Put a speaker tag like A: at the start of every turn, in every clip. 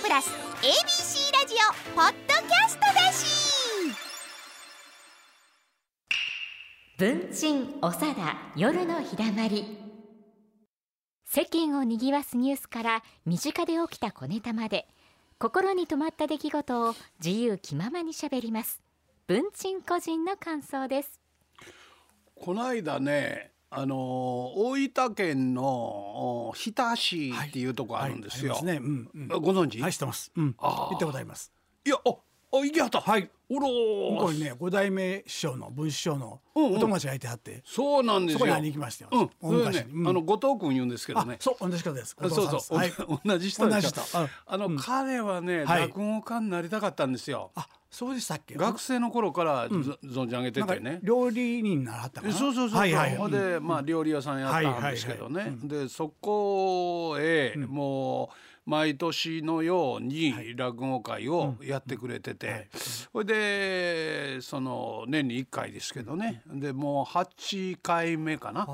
A: プラス ABC ラジオポッドキャストだし
B: 文鎮おさだ夜のひだまり世間をにぎわすニュースから身近で起きた小ネタまで心に留まった出来事を自由気ままにしゃべります文鎮個人の感想です
C: この間ねあのー大分県のお日田市っていうとこあるんですよ、
D: はいありますね。うん、
C: あご存知
D: うん。はい、知ってます。うん。
C: あー
D: 行ったことあります。
C: いやああ行きはったはいおろー
D: 向こうにね、五代目師匠の文枝師匠の
C: うんうん
D: お友達がいてはって、
C: そうなんです
D: そ
C: よ
D: こに会いに行きましたよ。
C: うん
D: 大
C: それ
D: 昔
C: ね
D: に、うん
C: あの後藤君言うんですけど
D: あ
C: ね、
D: そう、同じ方です。
C: あそう
D: 後藤
C: そう、
D: さんですはい。
C: お 同じ人でしょ
D: 同じ人うん
C: あの、
D: うん
C: 彼はね、
D: はい
C: 落語家になりたかったんですよ
D: あ、そうでしたっけ。
C: 学生の頃から、ぞ存じ上げて
D: なんか
C: てね
D: 料理人にならはったかな。
C: そうそうそうそう、
D: はいはい。
C: ほんで、まあ料理屋さんやったんですけどね、
D: はいはいはい
C: でそこへ、もう毎年のように落語会をやってくれてて、ほいでその年に1回ですけどね、でもう8回目かな、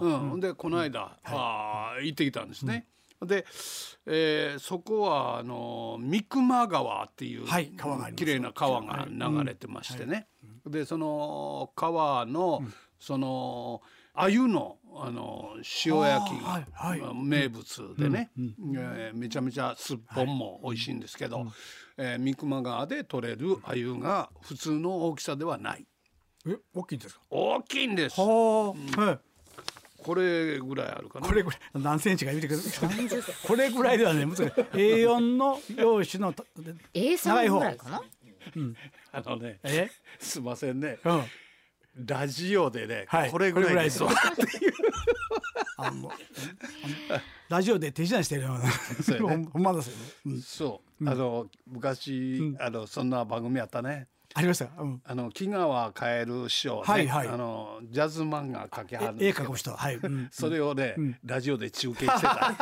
C: うんでこの間、あー行ってきたんですね。で、えーそこはあの三熊川っていう、
D: はい川がありま
C: 綺
D: す
C: 麗な川が流れてましてね、でその川の、その鮎のあの塩焼きが
D: あーはいはい
C: 名物でね、えーめちゃめちゃすっぽんも美味しいんですけど、えー三熊川で取れる鮎が普通の大きさではない
D: え、大きいんですか。
C: 大きいんです
D: はあ、はい。
C: これぐらいあるかな
D: これぐらい何センチか言うてくれる。これぐらいではね、難しい。A4 の用紙のと
B: A さ
D: 長い
B: ん
D: 方
B: ぐらいかな
C: あのね
D: え、
C: すいませんね
D: うん。
C: ラジオでね、
D: はい
C: これぐらいです
D: これぐあの、ラジオで手品してるような。
C: そうやね
D: ほんほんまですよね。うん
C: そう、あの昔、あのそんな番組あったね。
D: ありました。うん。
C: あの木川カエル師匠ね、
D: はいはい
C: あのジャズ漫画描きはるん
D: 絵
C: ですけ
D: 描
C: ど
D: く人ははい。うん
C: それをね、ラジオで中継して た。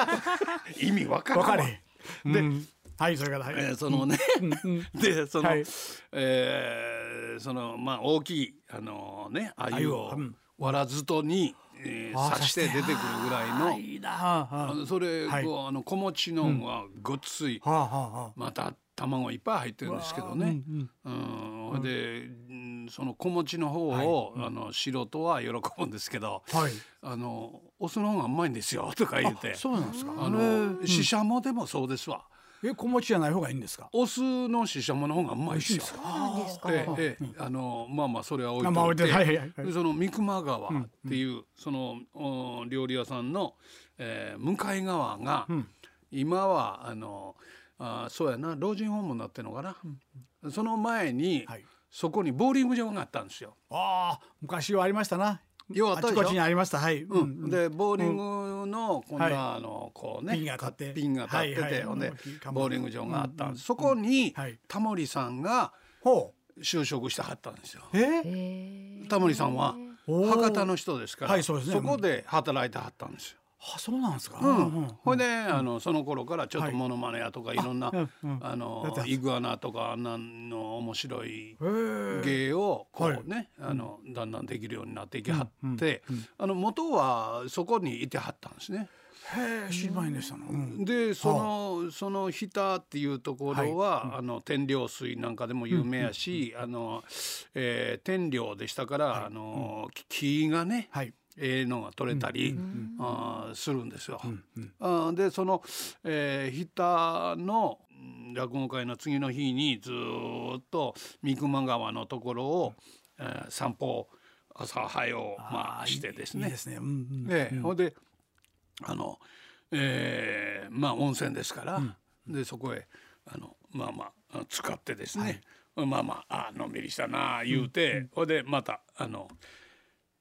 C: 意味わからん
D: わ
C: わ
D: かれへん。
C: で
D: うんはいそれからはい。
C: えーそのね、 でその、
D: はい
C: えーそのまあ大きいあのね鮎を
D: 鮎をうん
C: わらずとに、えー
D: あー
C: 刺して出てくるぐらいの。
D: いいなあ。は
C: あのそれ、
D: はい
C: こうあの小餅のんはごっつい、
D: あはあは
C: また卵いっぱい入ってるんですけどね。うん、ほいで、うんその小餅の方を、あの素人は喜ぶんですけど、
D: あ。はい。
C: あのお酢の方がうまいんですよ とか言って、
D: そうなんですか。
C: あ
D: へえ
C: のししゃもでもそうですわ。
D: え小餅じゃない方がいいんですか。
C: お酢のししゃもの方がうまいですよ。
B: なんです
C: ええええあのまあまあそれは置いといて,、
D: まあ置いといてはいはいはい
C: でその三熊川っていう、そのお料理屋さんの、えー向かい側が、今はあのあーそうやな老人ホームになってるのかな、その前に、
D: はい
C: そこにボーリング場があったんですよ。
D: ああ昔はありましたな。
C: ようあっ
D: あ
C: た
D: ち
C: でしょ
D: こちにありました。はい。う
C: うんん、でボーリングのこんな、
D: はい
C: あのこうね
D: ピンが立って
C: ピンが立ってて、
D: はいはい
C: ほんで
D: 大きい看板
C: ボーリング場があったんです、そこに、
D: はい
C: タモリさんが
D: ほ
C: 就職したかったんですよ。
D: う。え
C: タモリさんは
D: おー
C: 博多の人ですから、
D: はいそうですね
C: こで働いてはったんですよ。
D: あそうなんですか。
C: うん
D: うんうん
C: ほいで、あのその頃からちょっ
D: は
C: と
D: い
C: モノマネやとかいろんな、
D: うんうん
C: あ
D: や
C: の
D: ってはった
C: イグアナとかあんなの面白い
D: へえ。
C: 芸をこ
D: はいう
C: ね、あのだんだんできるようになっていきはって、あの元はそこにいてはったんですね。
D: へえ知りませんでしたの。うん
C: でそのその日田っていうところは、あの天領水なんかでも有名やし、あの、えー天領でしたから、あの木がね、
D: はい。
C: ええのが取れたり、あーするんですよ。あーでその、えー、日田のうん落語会の次の日にずーっと三熊川のところを、えー散歩朝早うまあ、してです
D: いい
C: ね
D: で。すね。うんうん。
C: ええほんであの、ええまあ温泉ですから、でそこへあのまあまあ使ってですね、まあまああのんびりしたなあ言うて、ほんでまたあの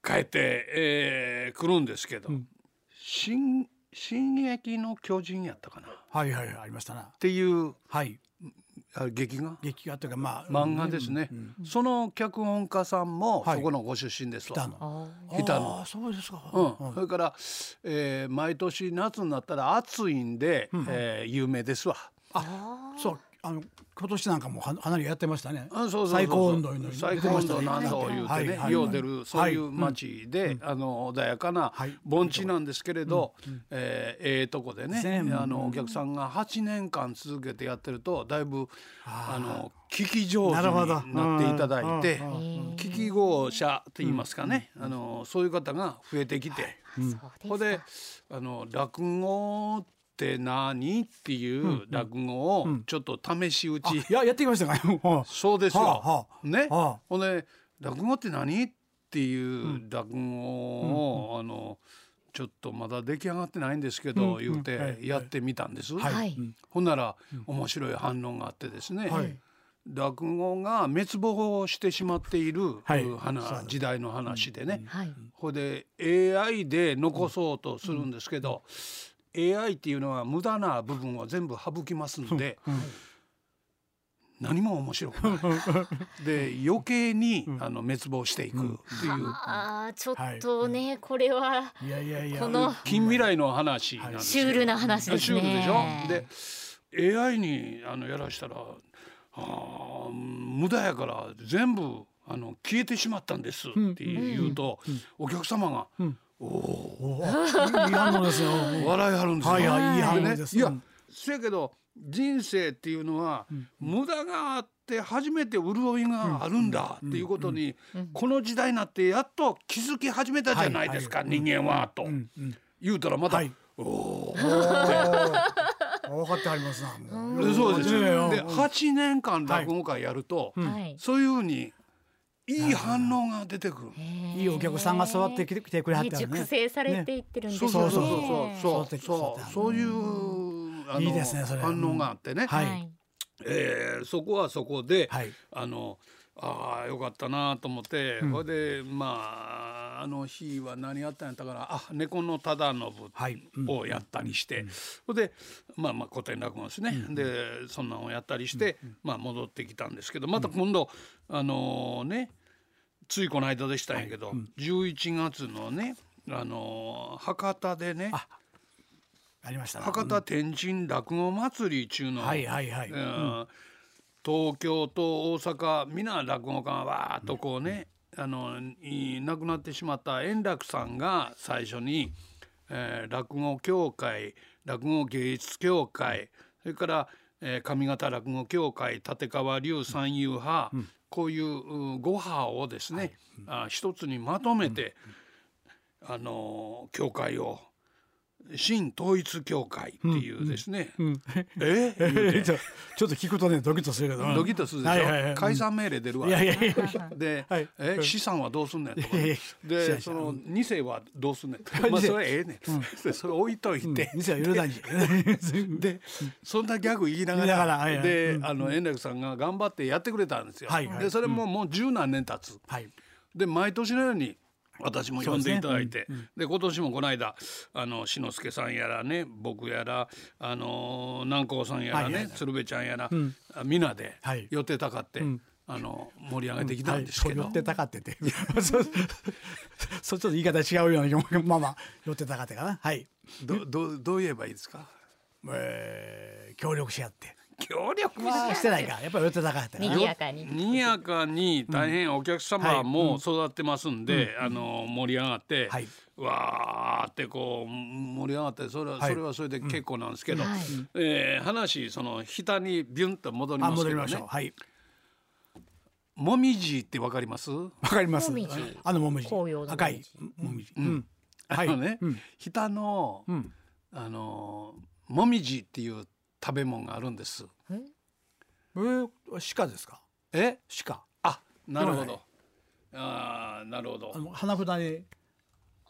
C: 帰って、ええ来るんですけど「新進撃の巨人」やったかなっ
D: はいはいはいありましたな。
C: ていう
D: はい。
C: あ劇画
D: 劇画というかまあ
C: 漫画ですね、その脚本家さんも
D: はい
C: そこのご出身ですわ。
D: 北の。
C: 日田の
D: ああそうですか。
C: うん、それから、えー毎年夏になったら暑いんで、えー有名ですわ。
D: あそうあの今年なんかもは花火やってましたね
C: あそうそうそうそう
D: 最高温度いうのに
C: 最高温度なんぞを言うてね、よう出るそういう
D: 街
C: 町で、あの穏やかな
D: はい
C: 盆地なんですけれど、えーええとこでね、
D: 全部
C: あのお客さんが8年間続けてやってるとだいぶあの聞き上手
D: なるほど
C: になっていただいて
D: うん
B: うん
C: 聞き号者と言いますかね、あのそういう方が増えてきて。
B: そう
C: ここ
B: で
C: です
B: か
C: あの落語って何っていう落語をちょっと試し打ち、
D: いややってきましたか も
C: そうですよ、
D: はあはあ
C: ね、
D: はあ
C: ほんで落語って何っていう落語を、あのちょっとまだ出来上がってないんですけど、
D: うん
C: 言う
D: うんはい
C: てやってみたんです、
D: はい
B: はい
C: ほんなら面白い反応があってですね、
D: はい
C: 落語が滅亡してしまっている、
D: はい
C: 花
D: そうです
C: 時代の話でね、
B: はい
C: これで AI で残そうとするんですけど、AI っていうのは無駄な部分を全部省きますんで、何も面白くない。で余計に、あの滅亡していくっていう、
B: あーちょっとね、これは
D: ういやいやいや
B: この
C: 近未来の話なんです
B: シ
C: けど
B: ュールな話ですね。
C: シュールでしょで AI にあのやらしたらあー無駄やから全部あの消えてしまったんですって言うと、お客様が
D: おあいい反応ですよ
C: 笑いはるんですよ。
D: はいはいいい反応です
C: いや
D: うん
C: せやけど人生っていうのは無駄があって初めて潤いがあるんだっていうことにこの時代になってやっと気づき始めたじゃないですか
D: はいは
C: 人間はと
D: うんうん
C: 言うたらまた
D: はいお お分かってありますなも
C: えそうです
D: いやいや
C: よで8年間落語会やると
B: はい。
C: そういうふうにいい反応が出てくる。
D: いいお客さんが座ってきて来てくれはっ
B: ね
D: たら
B: 熟
D: ね
B: 成されていってるんです
C: そう
B: ね。
C: そうそう
D: そ
C: そうう
D: そ
C: そうう
D: そ
C: そううそういうあの
D: いいですねそれ
C: 反応があってね、
D: はい
B: はい。
C: えーそこはそこで、
D: はい
C: あのあーよかったなと思って、ほいでまああの日は何やったんやったからあ猫の忠信
D: はいうん
C: をやったりして、ほいでまあまあ古典落語ですね、でそんなんをやったりして、まあ戻ってきたんですけどまた今度、あのねついこの間でしたんやけど、11月のねあの博多でね
D: あありましたな
C: 博多天神落語祭り中の、
D: はいはいはい
C: うん東京と大阪皆落語家がわーっとこうね、あのい亡くなってしまった円楽さんが最初に、えー落語協会落語芸術協会それから、えー上方落語協会立川流三遊派、こういううん5派をですね、あ一つにまとめて、あのー協会を新統一協会っていうですね、え言うて
D: えちょちょっと聞くとねドキッとするけどうん
C: ドキッとするでしょ、
D: はいはいはい
C: 解散命令出るわ
D: いやいやいや
C: で、
D: はい
C: え資産はどうすんねんとか
D: いやいや
C: ね
D: 知らん
C: で
D: 知
C: そ
D: らん
C: の2世はどうすんね んまあそれはええねん、でそれ置いといて、
D: 店は揺れ ないんで
C: でそんなギャグ言いながら
D: 言いながらはいはい
C: で、あの円楽さんが頑張ってやってくれたんですよ、
D: はいはい
C: でそれももう十何年経つ、
D: はい
C: で毎年のように私も呼んでいただいてで,、今年もこの間あの志の輔さんやらね僕やらあの南光さんやらね、
D: はいはいはい
C: 鶴瓶ちゃんやら、あ皆で
D: はい
C: 寄ってたかって、あの盛り上げてきたんです
D: そう
C: けど、
D: 寄ってたかっててそうそうちょっと言い方違うような気もまあまあ寄ってたかってかなはい
C: どどどう言えばいいですか
D: えー協力し合って
C: 協力は
D: してないかやっぱり寄ってたかってかな
B: 賑やかに。
C: にやかに大変お客様も育ってますんで、あの盛り上がって、
D: はい
C: わーってこう盛り上がってそれは、
D: はい
C: それはそれで結構なんですけど、
B: はい
C: えー話その下にビュンと戻り
D: あ
C: ます
D: 戻
C: け
D: り
C: ど
D: ましょう
C: ね。
D: はい
C: もみじってわかります？
D: わかります
B: もみじ
D: あのもみじ
B: 紅葉のもみじ
D: 赤いもみじうんは
C: あ
D: い
C: のね、
D: うん
C: 下の、
D: ん
C: あのもみじっていう食べ物があるんです。
D: えー鹿ですか
C: え？
D: 鹿
C: あ、なるほ
D: は
C: ど。ああ、なるほ
D: あ
C: ど。
D: の花札に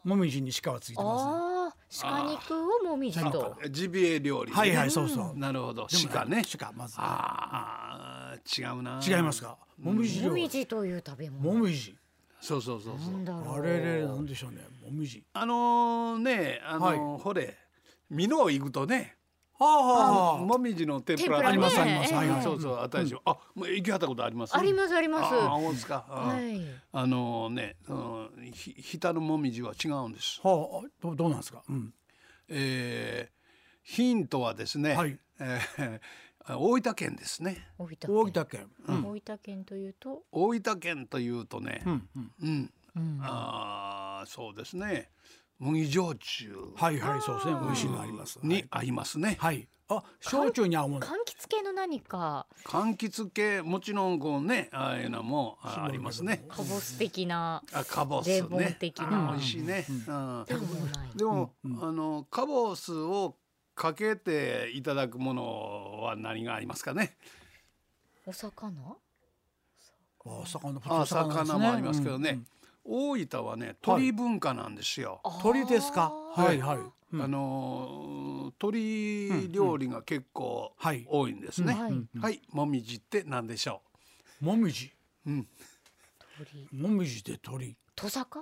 D: もみじに鹿はついてますね
B: ああ鹿肉をもみじと。
C: ジビエ料理、ね。
D: はいはいそうそう
C: なるほど。
D: でも
C: 鹿ね。
D: 鹿まず
C: ああ違うな
D: 違いますかもみじ
B: も
D: 料
B: み
D: 理
B: じという食べ
D: も
B: 物。
D: みじ
C: そうそうそうそう
B: なんだろ
D: あ
B: う。
D: れれなんでしょうねもみじ
C: あのねあのーほれ美濃行くとね
D: はあ
C: もみじの天ぷ
B: 天
C: ら
B: ぷらねありますあります
C: はい
B: ええ
C: そうそうあったでしょあもう行きはったことあります
B: ありますあります。
C: ああ
B: は
C: ほんですかあー
B: い。
C: あのねそのひひたのもみじは違うんです
D: はあどどうなんですかうん
C: えーヒントはですね
D: はい
C: えーあ大分県ですね
B: 大分
D: 大
B: 県
D: 分
B: 大
D: 県。
B: 分県というと、
C: 大分県というとね、
D: うんうん。
C: うん、
B: うん、
C: あーそうですね麦焼酎
D: はいはいそうですね美味しいのあります。
C: に合いますね、
D: はい。あ焼酎に合うもの。
B: 柑橘系の何か
C: 柑橘系もちろんこうねああいうのもあありますね
B: カボス的な、
C: あカボス
B: レモン
C: ね
B: 的な
C: あ美味しいね、うん
B: でもない
C: でも、
D: うんうん
C: あのカボスをかけていただくものは何がありますかね
B: お魚
D: あ魚普通
C: あ
D: の魚ですね
C: 魚もありますけどね、。
D: うん
C: 大分はね鳥文化なんですよ、
B: あー
D: 鳥ですか。はいはい。うん
C: あのー鳥料理が結構
D: うんはい
C: 多いんですね。
B: は
C: はいい、
D: うん
C: もみじって何でしょ
D: もみじ。
C: う。うん、
B: 鳥
D: もみじで鳥。
B: トサカ。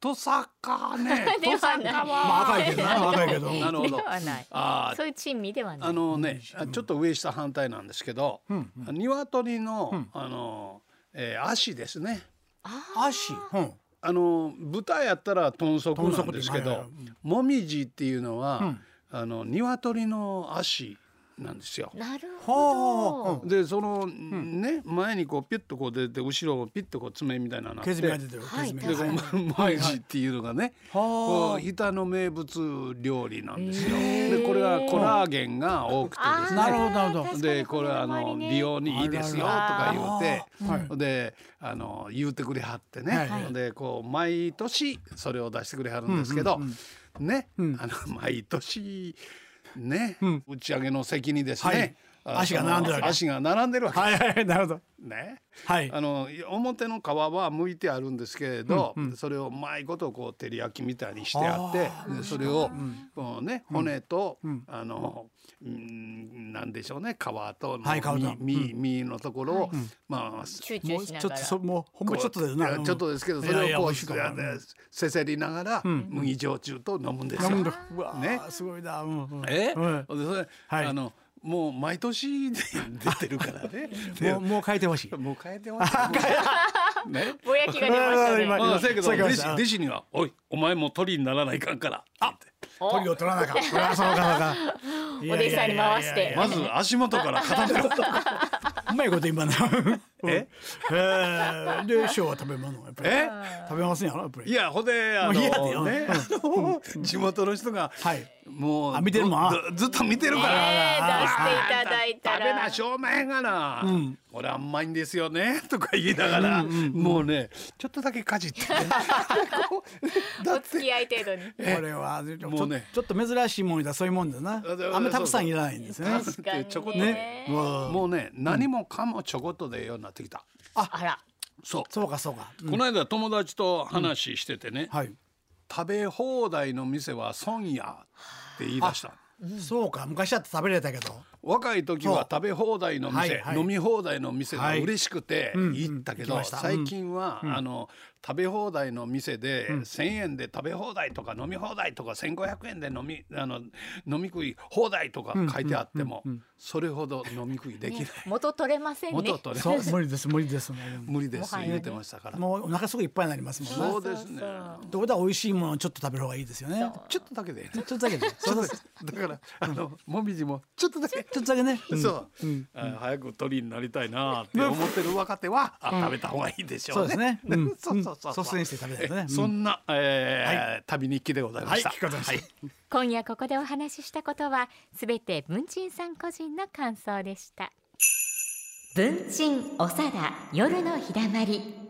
C: トサカね
B: で
C: ト
B: は
C: サ
B: ない
C: カ
D: まあ
C: は。
D: 赤い け どな赤いけど。
C: なるほど
B: で。はない
C: あ
B: そ
C: ー
B: ういう珍味ではない
C: あのね、あちょっと上下反対なんですけど、
D: うんうん
C: 鶏の、
D: うん
C: あのー、えー足ですね。
B: あー
D: 足。うん。
C: あのー豚やったら豚足なんですけ
D: 豚
C: ど
D: 足で、
C: もみじっていうのは、
D: うん
C: あの鶏の足なんですよ。
B: なる
D: はあ
B: ほど、
C: でその、ね前にこうピュッとこう出て後ろをピッとこう爪みたいなのあって
D: けじめが出
C: で
D: てる。
B: はい
D: けじめ
B: 出
D: が
C: こ
B: て
C: う
B: る
C: まもみじっていうのがねこ
D: は
C: う日田の名物料理なんですよ。
B: へー
C: でこれはコラーゲンが多くて
B: あ
C: です
B: ー
D: なる
C: ね。
D: ほどなるほど
B: 確かに
C: でこれはあの
B: 身
C: 美
B: の
C: 容にいいですよと
B: あら
C: か言うて。
D: あーはい
C: であの言うてくれはってね、
D: はい
C: でこう毎年それを出してくれはるんですけど、
D: うんうん
C: ね、
D: うん
C: あの毎年ね、
D: うん
C: 打ち上げの席にですね、
D: はい
C: あ
D: 足が並んでる
C: そ
D: わけ
C: の足が並んでるわけ、
D: はいはいなるほど。
C: ね。
D: はい。
C: あの表の皮は剥いてあるんですけれど、
D: うんうん
C: それをうまいことこう照り焼きみたいにしてあって
D: あ
C: でそれをこう、ね、骨と、
D: うん
C: あのうんなんでしょうね皮と
D: はい皮と
C: の身身身のところを、まあ
B: 集
D: も
B: 中
D: う
B: し
D: ち
B: な
D: ょ
B: が
D: っと
B: ら
D: そもうほん
C: こ
D: ま
C: う。
D: ちょっとだよない
C: やちょっとですけどそれ
D: いやいや
C: をこ
D: 美
C: う
D: 味しいかも
C: やってせせりながら、
D: ん
C: 麦焼酎と飲むんですよ。
D: 飲んだうわ
C: ね
D: ーすごいな。うんうん
C: え、
D: うん
C: でそれ、
D: はい
C: あのもう毎年で出てるから ね。
D: もうもう変えて ほしい。
C: でもう変えてます。 ね。
B: ぼやきが出ましたね
D: あー今
C: まあ、せやけど
D: そうか
C: 弟
D: そう
C: 子
D: か
C: 弟子には「おいお前も鳥にならないかんから」あ
D: 鳥を取らなあかん。そらそうかそうか。お
B: お弟子さんに回して
C: まず足元から片手を
D: うまいこと今な。
C: え
D: えーで師匠は食べ物やっぱり。
C: え
D: 食べますんやろやっぱり。
C: いやほんであ
D: もう嫌だ
C: の
D: よ
C: ねあの地元の人が
D: はい。
C: も
D: あ
C: う
D: 見てるもん
C: ずずっと見てるから。
B: えー、出していただいた
C: 食べな
B: ら
C: しょうまへんがな、
D: ん
C: これあんまいんですよね とか言いながら、もうねちょっとだけかじ って、ね、こうだ
B: お
C: っ
B: 付
C: て
B: き合い程度に
D: これはちょ
C: もうね
D: ちょっと珍しいもんだそういうもんだな
C: あで。も
D: あんまたくさんいらないんですね。
B: 確かにね
C: ちょこっと
D: ね。うわー
C: もうね何もかもちょこっとでええようになってきた。
B: あら
C: そう
D: そうかそうか。うん
C: この間友達と話しててね、
D: はい。
C: 食べ放題の店は損やって言い出した
D: そうか昔だって食べれたけど。
C: 若い時は
D: そ
C: 食べ放題の店、
D: はいはい
C: 飲み放題の店が
D: はい
C: 嬉しくて
D: うん
C: 行ったけど、
D: 行きました
C: 最近は、あの食べ放題の店で、1,000円で食べ放題とか飲み放題とか1,500円で飲みあの飲み食い放題とか書いてあっても、それほど飲み食いできない、
B: 元取れませんね
C: 元とね
D: そう 無理です無理です。も
C: 無理です
B: もはやね
C: 言ってましたから。
D: うもうお腹すぐいっぱいになりますもんね。
C: そうですね
D: ってことは美味しいものをちょっと食べる方がいいですよね。
C: ちょっとだけで
D: ちょっとだけね。ちょっとだけ
C: だからあのもみじもちょっとだけ
D: ちょっとだけね。ん
C: そう、あ早く鳥になりたいなって思ってる若手は、あ食べた方がいいでし
D: そ
C: ょ
D: う
C: う
D: で
C: ね。
D: すね。うん
C: そうそうそうそう。
D: 率先して食べたいですね。
C: そんな、えー旅日記でございました。
D: はい聞かせました
C: はい
B: 今夜ここでお話ししたことはすべて文鎮さん個人の感想でした文鎮おさだ夜のひだまり